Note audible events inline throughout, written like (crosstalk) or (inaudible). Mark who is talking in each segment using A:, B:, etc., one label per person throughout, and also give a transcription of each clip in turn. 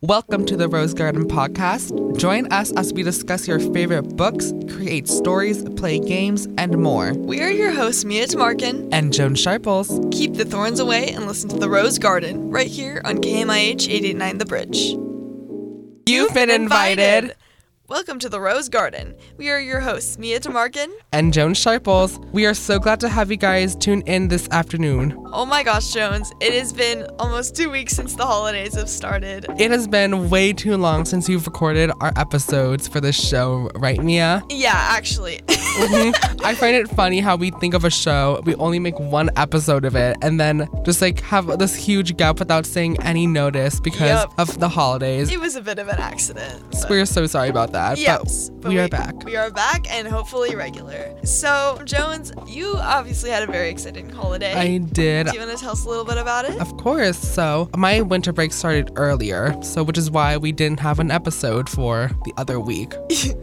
A: Welcome to the Rose Garden Podcast. Join us as we discuss your favorite books, create stories, play games, and more.
B: We are your hosts, Mia Tamarkin.
A: And Joan Sharples.
B: Keep the thorns away and listen to The Rose Garden right here on KMIH 889 The Bridge.
A: You've been invited.
B: Welcome to The Rose Garden. We are your hosts, Mia Tamarkin.
A: And Joan Sharples. We are so glad to have you guys tune in this afternoon.
B: Oh my gosh, Jones, it has been almost two weeks since the holidays have started.
A: It has been way too long since you've recorded our episodes for this show, right, (laughs) Mia?
B: Yeah, actually. (laughs)
A: Mhm. I find it funny how we think of a show, we only make one episode of it, and then just like have this huge gap without saying any notice because
B: Yep.
A: of the holidays.
B: it was a bit of an accident.
A: So
B: but-
A: We're so sorry about that.
B: Yes,
A: but,
B: but
A: we, are back.
B: We are back and hopefully regular. So, Jones, you obviously had a very exciting holiday.
A: I did.
B: Do you want to tell us a little bit about it?
A: Of course. So my winter break started earlier, so which is why we didn't have an episode for the other
B: (laughs)
A: week.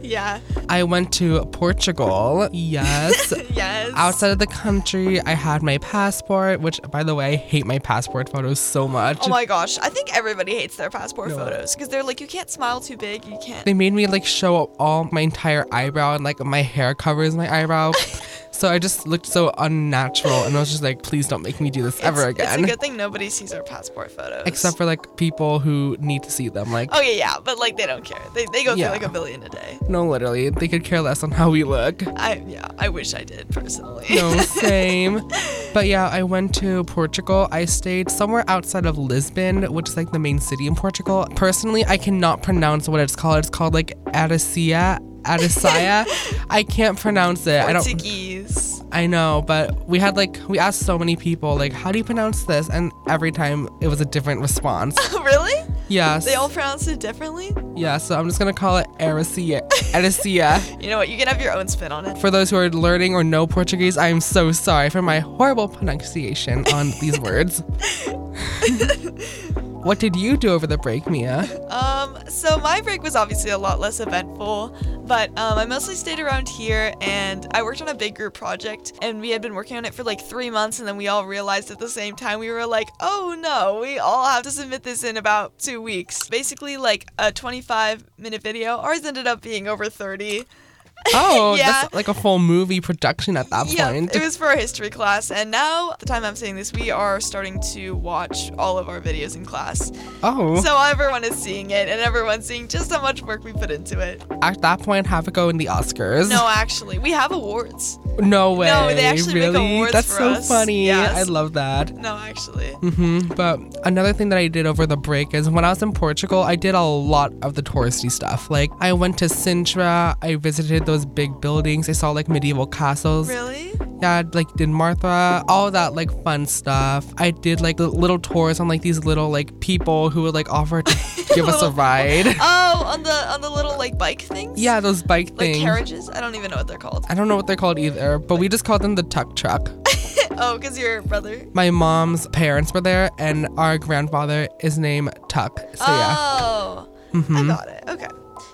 B: yeah.
A: I went to Portugal.
B: (laughs)
A: Yes.
B: Yes.
A: Outside of the country, I had my passport, which, by the way, I hate my passport photos so much.
B: Oh my gosh. I think everybody hates their passport
A: No.
B: photos because they're like, you can't smile too big. You can't.
A: they made me like show up all my entire eyebrow and like my hair covers my
B: (laughs)
A: eyebrow. so I just looked so unnatural and I was just like, please don't make me do this
B: It's-
A: ever again.
B: It's a good thing nobody sees our passport photos.
A: Except for like people who need to see them. Like,
B: Oh, yeah, yeah. But like, they don't care. They, they go
A: Yeah.
B: through like a billion a day.
A: no, literally, they could care less on how we look.
B: I, yeah, I wish I did personally.
A: No, same. But yeah, I went to Portugal. I stayed somewhere outside of Lisbon, which is like the main city in Portugal. Personally, I cannot pronounce what it's called. It's called like Adicia. Adisaya. I can't pronounce it. I
B: (laughs)
A: don't
B: Portuguese.
A: I know, but we had like we asked so many people like how do you pronounce this and every time it was a different response.
B: really?
A: yes.
B: They all pronounce it differently?
A: yeah, so I'm just going to call it Aricia. Adicia.
B: You know what? You can have your own spin on it.
A: For those who are learning or know Portuguese, I am so sorry for my horrible pronunciation on
B: (laughs)
A: these words. what did you do over the break, Mia?
B: Um, so my break was obviously a lot less eventful, but um, I mostly stayed around here and I worked on a big group project and we had been working on it for like three months and then we all realized at the same time we were like, oh no, we all have to submit this in about two weeks. Basically like a 25 minute video. Ours ended up being over 30.
A: Oh,
B: (laughs) Yeah.
A: that's like a full movie production at that
B: Yeah,
A: point.
B: it was for a history class, and now at the time I'm saying this, we are starting to watch all of our videos in class.
A: oh,
B: So everyone is seeing it, and everyone's seeing just how much work we put into it.
A: at that point, have it go in the Oscars.
B: No, actually, we have awards.
A: no way.
B: no, they actually make
A: really?
B: awards
A: That's
B: for
A: so
B: us.
A: funny.
B: Yes.
A: I love that.
B: No,
A: (laughs)
B: actually.
A: hmm But another thing that I did over the break is when I was in Portugal, I did a lot of the touristy stuff. Like I went to Sintra, I visited those big buildings, I saw like medieval castles.
B: Really?
A: Yeah, I'd, like did Martha, all that like fun stuff. I did like the little tours on like these little like people who would like offer
B: (laughs)
A: to give us a
B: Little- (laughs)
A: ride.
B: Oh, on the on the little like bike things.
A: yeah, those bike
B: Like
A: things.
B: carriages? I don't even know what they're called.
A: I don't know what they're called either, but we just called them the tuck truck.
B: oh, because your brother.
A: My mom's parents were there, and our grandfather is named Tuck. So yeah.
B: oh,
A: Mhm.
B: I got it. Okay.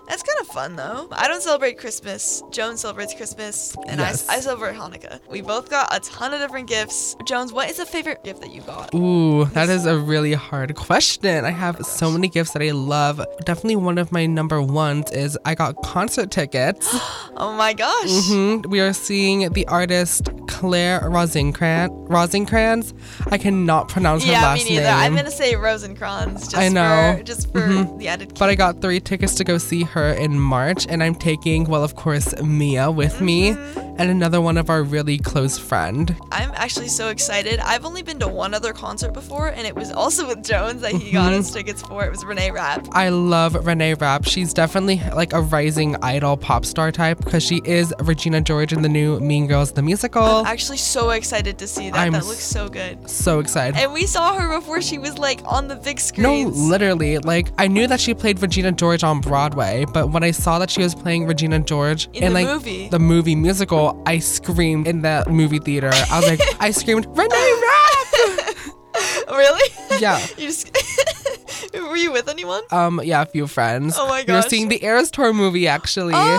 B: That's kind of fun though. I don't celebrate Christmas. Joan celebrates Christmas, and
A: Yes.
B: I, I celebrate Hanukkah. We both got a ton of different gifts. Jones, what is the favorite gift that you got?
A: Ooh, that is a really hard question. I have so many gifts that I love. Definitely one of my number ones is I got concert
B: (gasps)
A: tickets.
B: Oh my gosh.
A: Mhm. We are seeing the artist Claire Rosencrantz. Rosencrantz. I cannot pronounce her
B: Yeah, me
A: last
B: neither.
A: name.
B: I'm gonna say Rosencrantz just
A: I know. Mm-hmm.
B: for just for the added.
A: but I got three tickets to go see her in March, and I'm taking, well, of course, Mia with me,
B: Mm-hmm.
A: and another one of our really close friend.
B: I'm actually so excited. I've only been to one other concert before, and it was also with Jones that he
A: (laughs)
B: got us tickets for. It was Renee Rapp.
A: I love Renee Rapp. She's definitely like a rising idol pop star type because she is Regina George in the new Mean Girls the musical.
B: I'm actually so excited to see that.
A: I'm
B: that
A: s-
B: looks so good.
A: so excited.
B: And we saw her before she was like on the big
A: No,
B: screen. (laughs)
A: literally, like I knew that she played Regina George on Broadway, but when I saw that she was playing Regina George
B: In the
A: like
B: movie.
A: the movie musical, I screamed in the movie theater. I was like,
B: (laughs)
A: I screamed, Renee Rapp!
B: really? (laughs)
A: Yeah.
B: you just. were you with anyone?
A: Um, yeah, a few friends.
B: Oh my
A: We were
B: gosh.
A: seeing the Eras Tour movie actually, and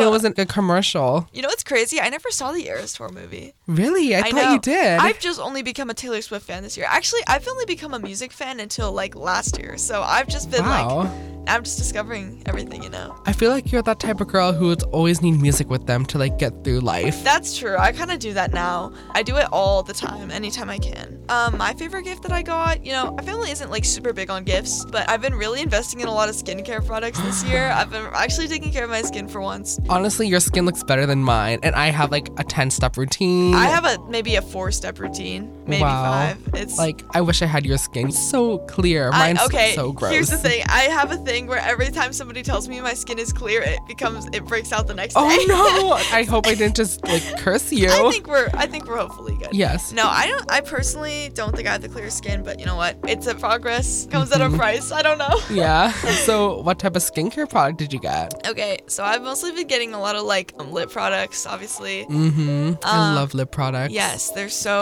A: it
B: Oh.
A: was not a commercial.
B: You know what's crazy? I never saw the Eras Tour movie.
A: Really, I, thought
B: know.
A: you did.
B: I've just only become a Taylor Swift fan this year. Actually, I've only become a music fan until like last year. So I've just been
A: wow.
B: like, I'm just discovering everything, you know.
A: I feel like you're that type of girl who would always need music with them to like get through life.
B: That's true. I kind of do that now. I do it all the time, anytime I can. Um, my favorite gift that I got, you know, my family isn't like super big on gifts, but I've been really investing in a lot of skincare products
A: (laughs)
B: this year. I've been actually taking care of my skin for once.
A: Honestly, your skin looks better than mine, and I have like a ten-step routine.
B: I have a maybe a four step routine, maybe
A: Wow.
B: five. It's
A: Like, I wish I had your skin so clear.
B: I-
A: Mine's
B: okay,
A: so gross.
B: here's the
A: (laughs)
B: thing. I have a thing where every time somebody tells me my skin is clear, it becomes it breaks out the next
A: Oh
B: (laughs) day.
A: no! I hope I didn't just like curse you.
B: I think we're I think we're hopefully good.
A: yes.
B: No, I don't. I personally don't think I have the clear skin, but you know what? It's a progress. Comes at a price. I don't know. (laughs)
A: Yeah. So, what type of skincare product did you get?
B: Okay, so I've mostly been getting a lot of like um, lip products, obviously.
A: Mm-hmm. I
B: Um,
A: love lip products.
B: Yes, they're so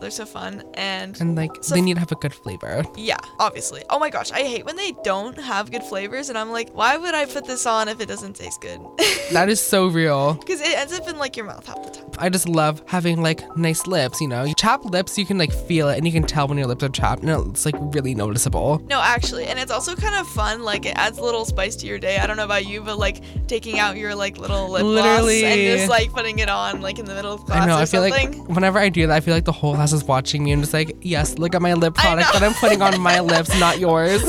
B: they're so fun and.
A: And like,
B: So-
A: they need to have a good flavor.
B: yeah, obviously. Oh my gosh, I hate when they don't have good flavors, and I'm like, why would I put this on if it doesn't taste good? (laughs)
A: That is so real.
B: Because it ends up in like your mouth half the time.
A: I just love having like nice lips. You know, you chap lips, you can like feel it, and you can tell when your lips are chapped, and it's like really noticeable.
B: No, actually, and it's also kind of fun. Like it adds a little spice to your day. I don't know about you, but like taking out your like little lip
A: Literally.
B: gloss and just like putting it on like in the middle of class
A: I know.
B: or
A: I feel
B: something.
A: (laughs) like whenever I do that, I feel like the whole class is watching me and just like, yes, look at my lip
B: I
A: product
B: know.
A: that I'm putting on my lips, not
B: (laughs)
A: yours.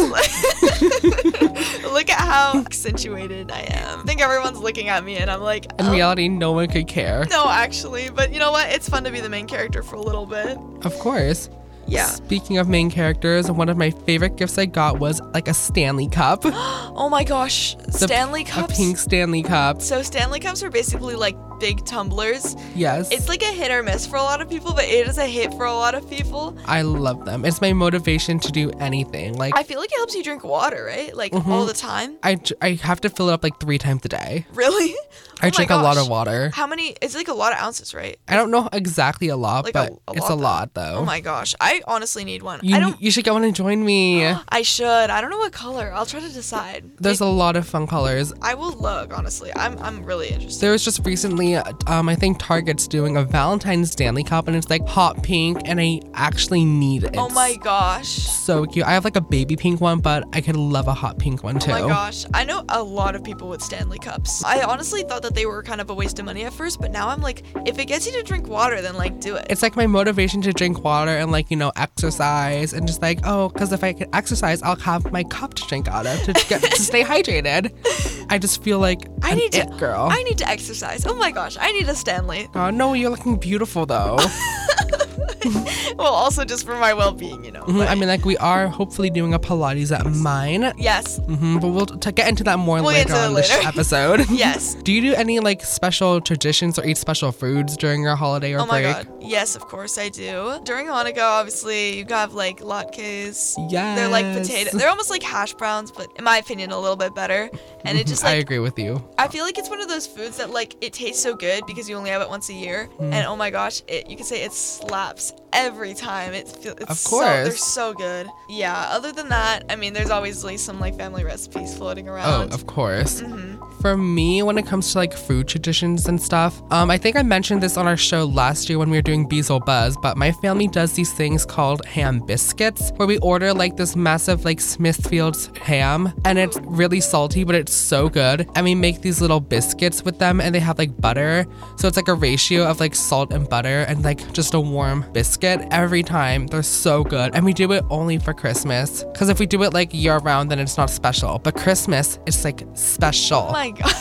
B: Look at how accentuated I am. I think everyone's looking at me, and I'm like,
A: In
B: "Oh,
A: reality, no one could care.
B: no, actually. But you know what? It's fun to be the main character for a little bit.
A: Of course.
B: Yeah.
A: Speaking of main characters, one of my favorite gifts I got was like a Stanley
B: (gasps)
A: cup, a
B: Oh my gosh, Stanley cups.
A: pink Stanley cup.
B: So Stanley cups are basically like big tumblers.
A: Yes.
B: It's like a hit or miss for a lot of people, but it is a hit for a lot of people.
A: I love them. It's my motivation to do anything. Like
B: I
A: I,
B: feel like it helps you drink water, right? Like
A: Mhm.
B: all the time.
A: I, j- I have to fill it up like three times a day.
B: (laughs) Really?
A: I
B: Oh my
A: drink a lot of
B: gosh.
A: water.
B: How many? It's like a lot of ounces, right?
A: I don't know exactly a lot,
B: Like a-
A: but
B: a
A: it's
B: lot,
A: a
B: though.
A: lot though.
B: Oh my gosh, I honestly need one.
A: You,
B: I don't.
A: you should go in and join
B: (gasps)
A: me.
B: I should. I don't know what color. I'll try to decide.
A: There's a lot of fun colors.
B: I will look, honestly. I'm I'm really interested.
A: There was just recently, um, I think Target's doing a Valentine's Stanley cup, and it's like hot pink, and I actually need it.
B: oh my gosh.
A: so cute. I have like a baby pink one, but I could love a hot pink one too.
B: Oh my gosh. I know a lot of people with Stanley cups. I honestly thought that they were kind of a waste of money at first, but now I'm like, if it gets you to drink water, then like do it.
A: It's like my motivation to drink water and like you know exercise and just like oh, because if I can exercise, I'll have my cup to drink out of to get to
B: (laughs)
A: stay hydrated. I just feel like
B: I
A: an
B: need to
A: it girl.
B: I need to exercise. Oh my gosh, I need a Stanley. (laughs)
A: Oh, no, you're looking beautiful though. (laughs)
B: Well, also just for my well-being, you know.
A: Mhm, I
B: but-
A: mean, like we are hopefully doing a Pilates at mine,
B: yes.
A: hmm but we'll to get into that more
B: We'll get
A: later
B: into that
A: on this
B: later. (laughs)
A: episode. (laughs)
B: Yes.
A: Do you do any like special traditions or eat special foods during your holiday or
B: Oh my
A: break?
B: god. Yes, of course I do. During Hanukkah, obviously, you have like latkes.
A: Yes.
B: They're like potato. They're almost like hash browns, but in my opinion, a little bit better.
A: (laughs)
B: And it just
A: I
B: like
A: agree with you.
B: I feel like it's one of those foods that like it tastes so good because you only have it once a year,
A: Hmm.
B: and oh my gosh, it you can say it slaps every time. It feel, it's
A: Of
B: so, they're
A: course.
B: so good. Yeah. Other than that, I mean, there's always like some like family recipes floating
A: Oh,
B: around.
A: of course.
B: Mhm.
A: For me, when it comes to like food traditions and stuff, um, I think I mentioned this on our show last year when we were doing Beezle Buzz, but my family does these things called ham biscuits, where we order like this massive like Smithfield's ham, and it's really salty, but it's so good. And we make these little biscuits with them, and they have like butter, so it's like a ratio of like salt and butter, and like just a warm biscuit every time. They're so good, and we do it only for Christmas, because if we do it like year round, then it's not special. But Christmas, it's like special.
B: Oh (laughs) my god,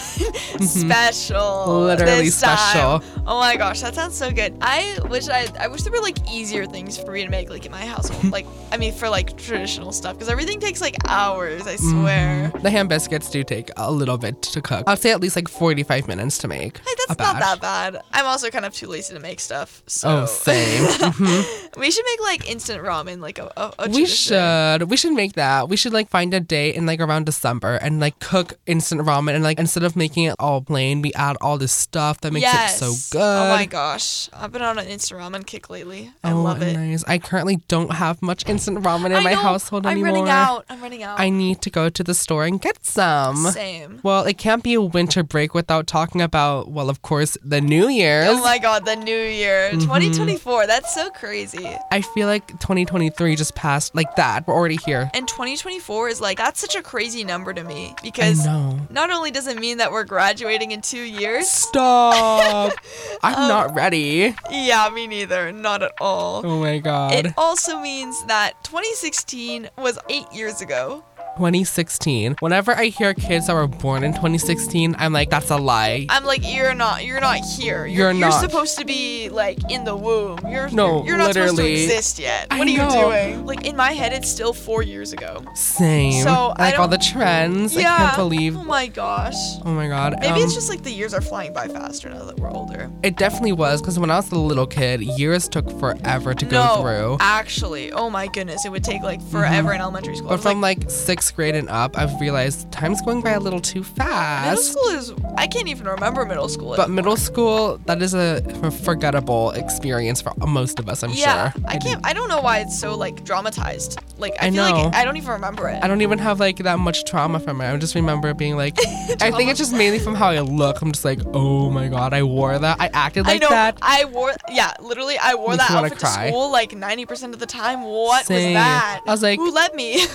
B: special.
A: Mm-hmm. Literally
B: this time.
A: special.
B: Oh my gosh, that sounds so good. I wish I I wish there were like easier things for me to make like in my
A: (laughs)
B: household. like I mean for like traditional stuff because everything takes like hours. I
A: Mm-hmm.
B: swear.
A: The ham biscuits do take a little bit to cook. I'd say at least like 45 minutes to make.
B: Hey,
A: a
B: that's not
A: batch.
B: that bad. I'm also kind of too lazy to make stuff. So. (laughs)
A: Oh, same. Mhm.
B: We should make like instant ramen, like a, a, a
A: We
B: tradition.
A: should. We should make that. We should like find a date in like around December and like cook instant ramen and like instead of making it all plain, we add all this stuff that makes
B: yes.
A: it so good.
B: Oh my gosh, I've been on an instant ramen kick lately. I
A: Oh,
B: love it.
A: Nice. I currently don't have much instant ramen in
B: I
A: my
B: know,
A: household
B: I'm
A: anymore.
B: running out. I'm running out.
A: I need to go to the store and get some.
B: Same.
A: Well, it can't be a winter break without talking about, well, of course, the New Year's.
B: Oh my god, the new year,
A: Mm-hmm.
B: 2024. That's so crazy.
A: I feel like 2023 just passed like that. We're already here.
B: And 2024 is like that's such a crazy number to me because
A: know.
B: not only does it mean that we're graduating in two years. (laughs)
A: Stop. I'm
B: Oh.
A: not ready.
B: Yeah, me neither. Not at all.
A: Oh my God.
B: It also means that 2016 was eight years ago.
A: 2016. Whenever I hear kids that were born in 2016, I'm like, that's a lie.
B: I'm like, you're not, you're not here.
A: You're
B: You're, you're
A: not.
B: supposed to be like in the womb. You're
A: No,
B: you're, you're not supposed to
A: literally.
B: exist yet.
A: I
B: What are you
A: know.
B: doing? Like in my head, it's still four years ago.
A: Same.
B: So, I
A: like all
B: don't-
A: the trends.
B: yeah.
A: I can't believe.
B: Oh my gosh.
A: Oh my God.
B: Maybe
A: um,
B: it's just like the years are flying by faster now that we're older.
A: It definitely was because when I was a little kid, years took forever to go
B: no,
A: through. Mm-hmm.
B: actually, oh my goodness, it would take like forever in elementary school. I
A: But
B: was
A: from
B: like,
A: like sixth grade and up, I've realized time's going by a little too
B: middle
A: fast.
B: school is I can't even remember middle school.
A: But middle school, that is a f- forgettable experience for most of us, I'm
B: yeah,
A: sure.
B: I
A: did-
B: can't. I don't know why it's so like dramatized. Like I,
A: I
B: feel
A: know.
B: like I don't even remember it.
A: I don't even have like that much trauma from it. I just remember it being
B: (laughs)
A: like, I think it's just mainly from how I look. I'm just like, oh my god, I wore that. I acted
B: I
A: like
B: know.
A: that.
B: I wore. Yeah, literally, I wore
A: Makes
B: that
A: me wanna
B: outfit to
A: cry.
B: school like ninety percent of the time. What
A: Same.
B: was that?
A: I was like-
B: who let me? (laughs)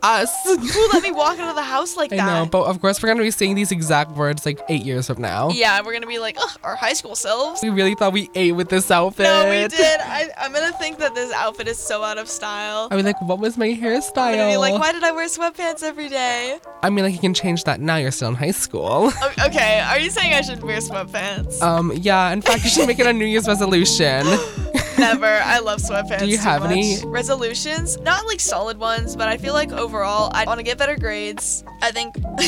A: Us.
B: who let me walk out of the house like
A: I
B: (laughs) that?
A: know, but of course we're gonna be saying these exact words like eight years from now.
B: yeah, we're gonna be like Ugh, our high school selves.
A: We really thought we ate with this outfit.
B: No, we did. I, I'm gonna think that this outfit is so out of style.
A: I mean, like, what was my hairstyle?
B: I'm gonna be like, why did I wear sweatpants every day?
A: I mean, like, you can change that now. You're still in high school. (laughs)
B: O- Okay, are you saying I should wear sweatpants?
A: Um, yeah. In fact, you should make it a New Year's resolution.
B: (laughs) Never. I love sweatpants.
A: Do you
B: too
A: have
B: much.
A: any-
B: resolutions? Not like solid ones, but I feel like overall I want to get better grades. I think (laughs)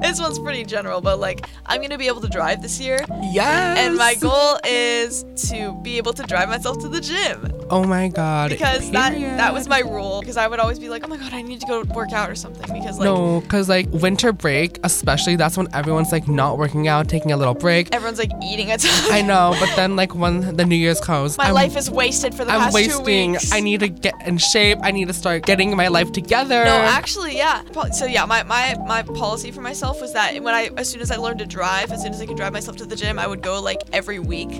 B: this one's pretty general, but like I'm gonna be able to drive this year,
A: Yes.
B: and my goal is to be able to drive myself to the gym.
A: Oh my god.
B: because that that was
A: period.
B: my rule because I would always be like, oh my god, I need to go work out or something because like
A: no, because like winter break, especially, that's when everyone's like not working out, taking a little break.
B: everyone's like eating (laughs) a ton.
A: I know, but then like when the New Year's comes,
B: my
A: I'm,
B: life is wasted for the
A: I'm
B: past two
A: wasting.
B: weeks.
A: I need to get in shape. I need to start getting my life together.
B: no, actually, yeah. Po- So yeah, my, my my policy for myself was that when I as soon as I learned to drive, as soon as I could drive myself to the gym, I would go like every week.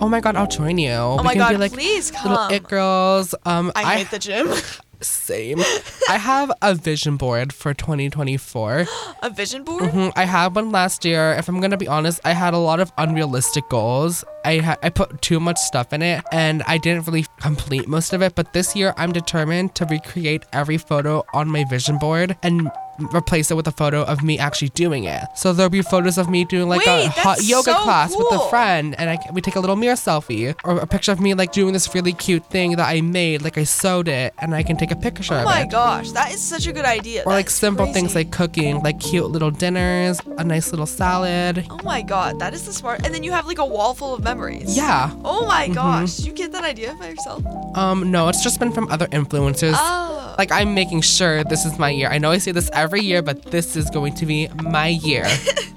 A: oh my god, I'll join you.
B: Oh
A: we
B: my
A: can
B: god,
A: be like
B: please
A: little
B: come.
A: it girls. Um,
B: I, hate the gym.
A: (laughs)
B: (laughs)
A: Same. I have a vision board for 2024.
B: a vision board.
A: Mhm, I had one last year. If I'm gonna be honest, I had a lot of unrealistic goals. I ha- I put too much stuff in it, and I didn't really complete most of it. But this year, I'm determined to recreate every photo on my vision board and replace it with a photo of me actually doing it. So there'll be photos of me doing like
B: Wait,
A: a hot
B: that's
A: yoga
B: so
A: class with a
B: cool.
A: friend, and I, we take a little mirror selfie or a picture of me like doing this really cute thing that I made, like I sewed it, and I can take a picture
B: Oh
A: of
B: my
A: it
B: gosh, that is such a good idea.
A: or
B: That
A: like
B: is
A: simple things
B: crazy.
A: like cooking, like cute little dinners, a nice little salad.
B: Oh my god, that is the smart. And then you have like a wall full of memories.
A: Yeah. Mm-hmm.
B: Oh my gosh, you get that idea by yourself?
A: Um no, it's just been from other influencers.
B: Oh.
A: like I'm making sure this is my year. I know I say this every year, but this is going to be my
B: (laughs)
A: year.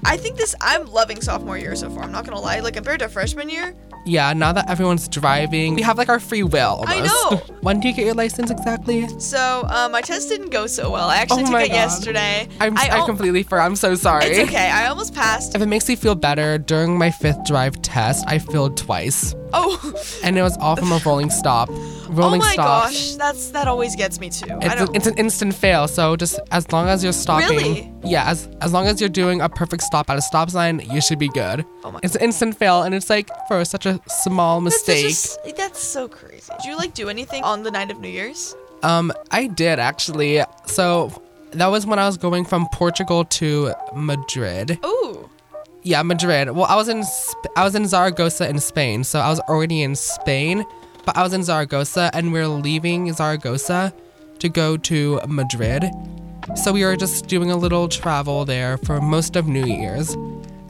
B: I think this. I'm loving sophomore year so far. I'm not gonna lie. Like compared to freshman year,
A: yeah, now that everyone's driving, we have like our free will almost.
B: I
A: (laughs) when do you get your license exactly?
B: so uh, my test didn't go so well. I actually
A: Oh
B: took
A: my
B: it
A: God.
B: yesterday.
A: I'm
B: I
A: I,
B: al-
A: completely forgot. I'm so sorry.
B: It's okay. I almost passed.
A: If it makes you feel better, during my fifth drive test, I failed twice.
B: Oh.
A: And it was all from a
B: (sighs)
A: rolling stop.
B: Oh
A: Rolling
B: my
A: stop.
B: gosh. That's that always gets me too. I
A: It's, a-
B: don't.
A: it's an instant fail. So just as long as you're stopping,
B: Really?
A: yeah, as, as long as you're doing a perfect stop at a stop sign, you should be good.
B: Oh my-
A: It's an instant fail, and it's like for such a small
B: that's such a
A: mistake.
B: s- that's so crazy. Did you like do anything on the night of New Year's?
A: Um, I did actually. So that was when I was going from Portugal to Madrid.
B: Oh.
A: Yeah, Madrid. Well, I was in Sp- I was in Zaragoza in Spain, so I was already in Spain, but I was in Zaragoza, and we are leaving Zaragoza to go to Madrid. So we were just doing a little travel there for most of New Year's,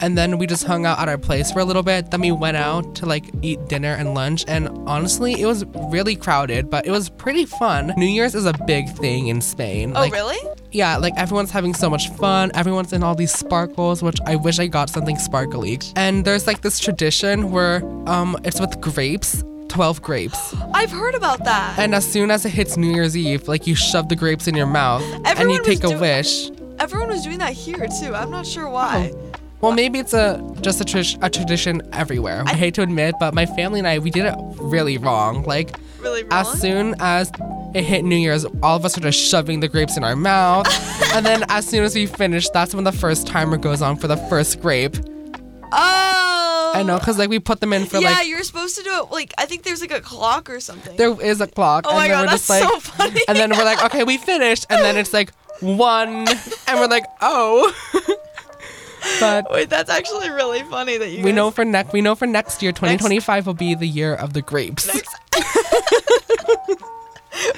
A: And then we just hung out at our place for a little bit. Then we went out to like eat dinner and lunch. And honestly, it was really crowded, but it was pretty fun. New Year's is a big thing in Spain.
B: Oh,
A: like,
B: really?
A: yeah, like everyone's having so much fun. Everyone's in all these sparkles, which I wish I got something sparkly. And there's like this tradition where um it's with grapes, 12 grapes.
B: I've heard about that.
A: And as soon as it hits New Year's Eve, like you shove the grapes in your mouth and
B: Everyone
A: you
B: was
A: take a
B: doing-
A: wish.
B: Everyone was doing that here too. I'm not
A: Oh.
B: sure why.
A: Well, maybe it's a just a, tr- a tradition everywhere. I hate to admit, but my family and I we did it really wrong. Like
B: Really wrong.
A: as soon as it hit New Year's, all of us are just shoving the grapes in our
B: (laughs)
A: mouth, and then as soon as we finish, that's when the first timer goes on for the first grape.
B: oh.
A: I know, cause like we put them in for
B: yeah,
A: like
B: you're supposed to do it. Like I think there's like a clock or something.
A: there is a clock,
B: oh
A: and
B: my
A: then
B: god,
A: we're
B: that's
A: just like,
B: so (laughs) funny.
A: and then we're like, okay, we finished, and then it's like one, and we're like, oh, (laughs) but
B: Wait, that's actually really funny that you.
A: We
B: guys-
A: know for next. We know for next year, 2025 will be the year of the grapes.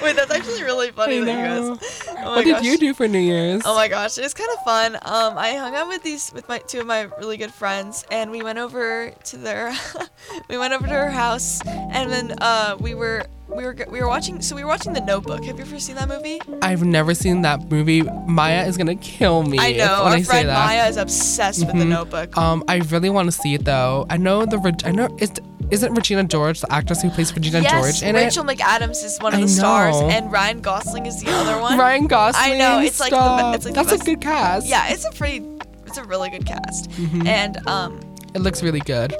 B: Wait, that's actually really
A: I
B: funny that you
A: know.
B: guys. (laughs) Oh
A: (laughs)
B: my
A: what did
B: gosh.
A: you do for New Year's?
B: Oh my gosh, it was kind of fun. Um, I hung out with these with my two of my really good friends, and we went over to their, (laughs) we went over to her house, and then uh, we were we were g- we were watching. So we were watching The Notebook. Have you ever seen that movie?
A: I've never seen that movie. Maya is gonna kill me.
B: I know.
A: When
B: Our
A: I say
B: friend
A: that.
B: Maya is obsessed with The
A: Mhm.
B: Notebook.
A: Um, I really want to see it though. I know the. Reg- I know is isn't Regina George the actress who plays Regina
B: yes,
A: George in
B: Rachel McAdams is one of
A: I
B: the stars,
A: know.
B: and Ryan Gosling is
A: (gasps)
B: the other
A: it?
B: one.
A: Ryan Gosling.
B: I know, it's like the be-
A: stop.
B: it's like the
A: That's
B: best-
A: a good cast.
B: Yeah, it's a pretty, it's a really good cast,
A: Mm-hmm.
B: and um,
A: It looks really good.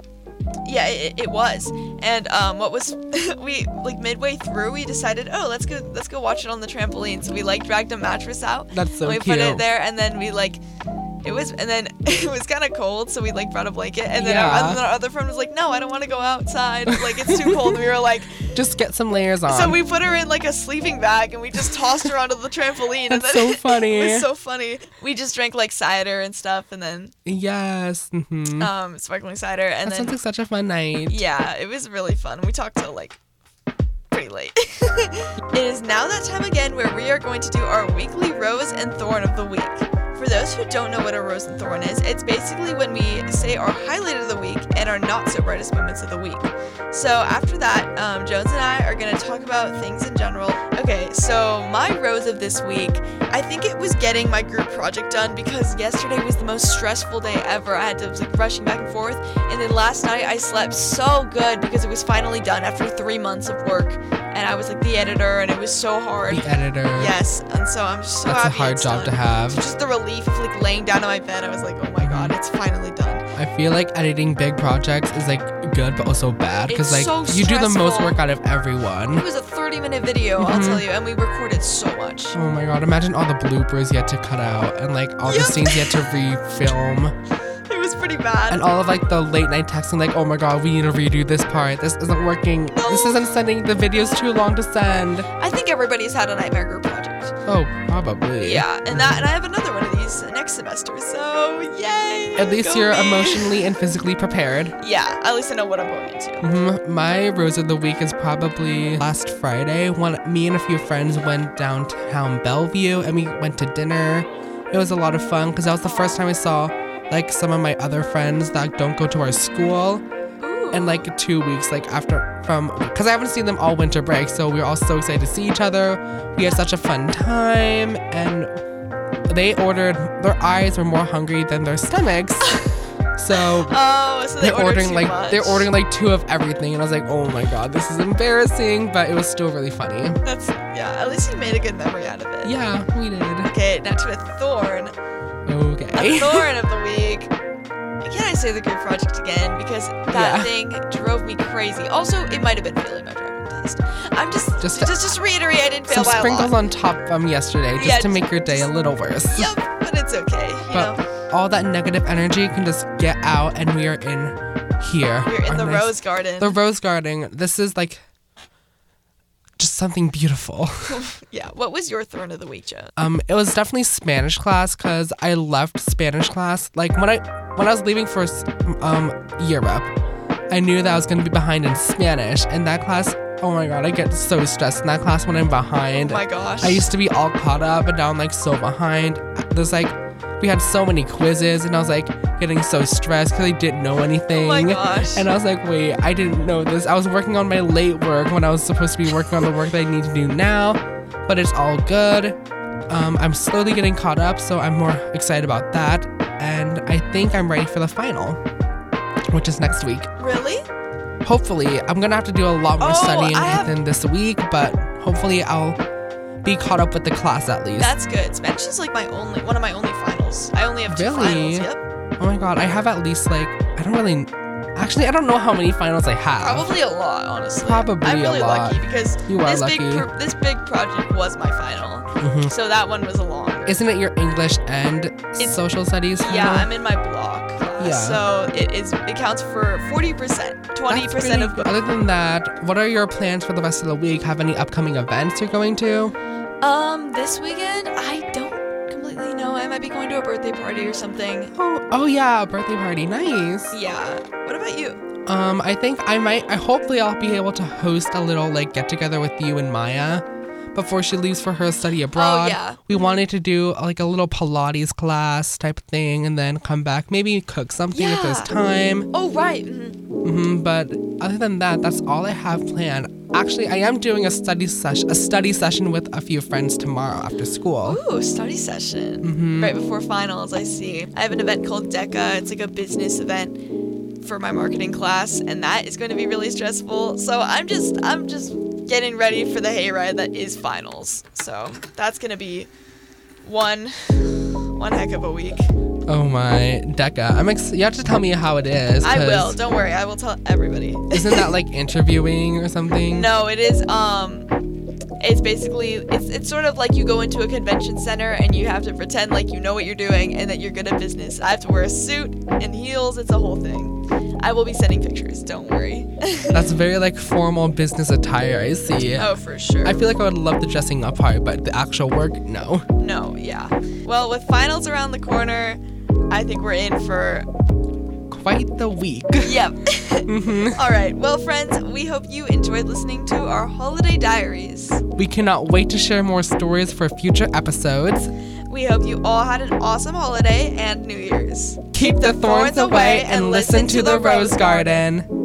B: Yeah, it, it was. And um, what was (laughs) we like midway through, we decided, oh, let's go, let's go watch it on the trampoline. So we like dragged a mattress out.
A: That's so
B: and we put it
A: cute.
B: there, and then we like. It was, and then (laughs) it was kind of cold, so we like brought a blanket, and then, our,
A: Yeah.
B: and then our other friend was like, "No, I don't want to go outside. Like it's too cold." And we
A: (laughs)
B: were like,
A: Just get some layers on.
B: so we put her in like a sleeping bag, and we just tossed her onto the trampoline. and
A: That's
B: then
A: so funny.
B: (laughs) it was so funny. We just drank like cider and stuff, and then
A: yes. hmm
B: um, sparkling cider, and
A: that
B: then
A: sounds like such a fun night.
B: yeah, it was really fun. We talked till like pretty late. (laughs) it is now that time again where we are going to do our weekly rose and thorn of the week. For those who don't know what a rose and thorn is, it's basically when we say our highlight of the week and our not so brightest moments of the week. So after that, um, Jones and I are going to talk about things in general. Okay, so my rose of this week, I think it was getting my group project done because yesterday was the most stressful day ever. I had to was like rushing back and forth, and then last night I slept so good because it was finally done after three months of work, and I was like the editor, and it was so hard.
A: The editor.
B: Yes, and so I'm so
A: That's a
B: happy
A: hard
B: it's
A: job to
B: done.
A: have.
B: So just the relief of like laying down on my bed, I was like, oh my god, it's finally done.
A: I feel like editing big projects is like good but also bad
B: It's
A: because like
B: so
A: you do the most
B: stressful.
A: work out of everyone.
B: It was a 30 minute video, I'll
A: Mhm.
B: tell you, and we recorded so much.
A: Oh my god, imagine all the bloopers you had to cut out and like all the
B: Yep.
A: scenes you had to refilm
B: It was pretty bad.
A: and all of like the late night texting like, oh my god, we need to redo this part. This isn't working. This
B: No.
A: isn't sending the videos too long to send.
B: I think everybody's had a nightmare group project.
A: Oh, probably.
B: Yeah, and that, and I have another one of these next semester. So yay!
A: At least
B: go
A: you're
B: me.
A: emotionally and physically prepared.
B: (laughs) Yeah, at least I know what I'm going into.
A: Mhm. My rose of the week is probably last Friday when me and a few friends went downtown Bellevue and we went to dinner. It was a lot of fun because that was the first time I saw like some of my other friends that don't go to our school
B: Ooh.
A: in like two weeks, like after from because I haven't seen them all winter break. So we were all so excited to see each other. We had such a fun time, and they ordered. Their eyes were more hungry than their stomachs. So
B: oh, so they
A: they're
B: ordered
A: ordering
B: too
A: like
B: much.
A: they're ordering like two of everything and i was like oh my god this is embarrassing but it was still really funny
B: That's yeah. At least you made a good memory out of it.
A: yeah we did
B: Okay, now to a thorn. A
A: okay
B: thorn
A: (laughs)
B: of the week. Can I say the group project again? Because that
A: Yeah.
B: thing drove me crazy. Also, it might have been failing my driving test. I'm just
A: Just-
B: just just, just reiterate, I didn't fail
A: some
B: by a lot.
A: sprinkles on top from yesterday just
B: Yeah,
A: to make your day a
B: just-
A: little worse
B: Yep, but it's okay. You
A: but
B: know,
A: all that negative energy can just get out and we are in here
B: we're in
A: Our
B: the
A: nice-
B: rose garden.
A: the rose garden this is like just something beautiful (laughs)
B: yeah. What was your thorn of the week, Joan? Oh
A: Um, it was definitely Spanish class because I left Spanish class like when I when I was leaving for um Europe, I knew that I was gonna be behind in Spanish, and that class. Oh my god, I get so stressed in that class when I'm
B: Oh
A: behind.
B: my gosh.
A: I used to be all caught up, and now I'm like so behind. There's like we had so many quizzes, and I was like getting so stressed because I didn't know anything.
B: Oh my gosh.
A: And I was like, wait, I didn't know this. I was working on my late work when I was supposed to be working on the work that I need to do now, but it's all good. Um, I'm slowly getting caught up, so I'm more excited about that. And I think I'm ready for the final, which is next week.
B: Really?
A: Hopefully, I'm gonna have to do a lot more
B: Oh,
A: studying
B: I have-
A: than this week, but hopefully, I'll be caught up with the class at least.
B: That's good. Spanish is like my only one of my only finals. I only have two
A: Really?
B: finals. Yep.
A: oh my god, I have at least like, I don't really, actually, I don't know how many finals I have.
B: Probably a lot, honestly.
A: Probably
B: I'm
A: a
B: really
A: lot.
B: lucky because
A: You are
B: this big
A: lucky.
B: pr- this big project was my final.
A: Mhm.
B: So that one was a long.
A: Isn't it your English and
B: It's-
A: social studies?
B: Yeah,
A: final?
B: I'm in my block class.
A: uh-huh. Yeah.
B: So it is it counts for 40%, 20%
A: That's pretty
B: of
A: good. Other than that, what are your plans for the rest of the week? Have any upcoming events you're going to?
B: Um, this weekend, I don't completely know. I might be going to a birthday party or something.
A: Oh, oh yeah, a birthday party. Nice.
B: Yeah. What about you?
A: Um, I think I might. I hopefully I'll be able to host a little like get together with you and Maya before she leaves for her study abroad.
B: Oh, yeah.
A: We wanted to do like a little Pilates class type thing, and then come back, maybe cook something if there's
B: Yeah.
A: time.
B: Oh, right. mhm.
A: hmm but other than that, that's all I have planned. Actually, I am doing a study session, a study session with a few friends tomorrow after school.
B: Ooh, study session.
A: Mhm.
B: Right before finals, I see. I have an event called DECA. It's like a business event for my marketing class, and that is going to be really stressful. So I'm just, I'm just getting ready for the hayride that is finals. So that's going to be one, one heck of a week.
A: Oh my, Deca, I'm ex- you have to tell me how it is.
B: I will.
A: 'cause
B: Don't worry. I will tell everybody. (laughs)
A: Isn't that like interviewing or something?
B: No, it is. Um, it's basically it's it's sort of like you go into a convention center and you have to pretend like you know what you're doing and that you're good at business. I have to wear a suit and heels. It's a whole thing. I will be sending pictures. Don't worry. (laughs)
A: That's very like formal business attire. I see.
B: oh, for sure.
A: I feel like I would love the dressing up part, but the actual work, no.
B: no, yeah. Well, with finals around the corner, I think we're in for
A: Quite the week. (laughs)
B: yep. (laughs)
A: hmm
B: All right. Well, friends, we hope you enjoyed listening to our holiday diaries.
A: We cannot wait to share more stories for future episodes.
B: We hope you all had an awesome holiday and New Year's.
A: Keep the thorns away and listen to the rose garden.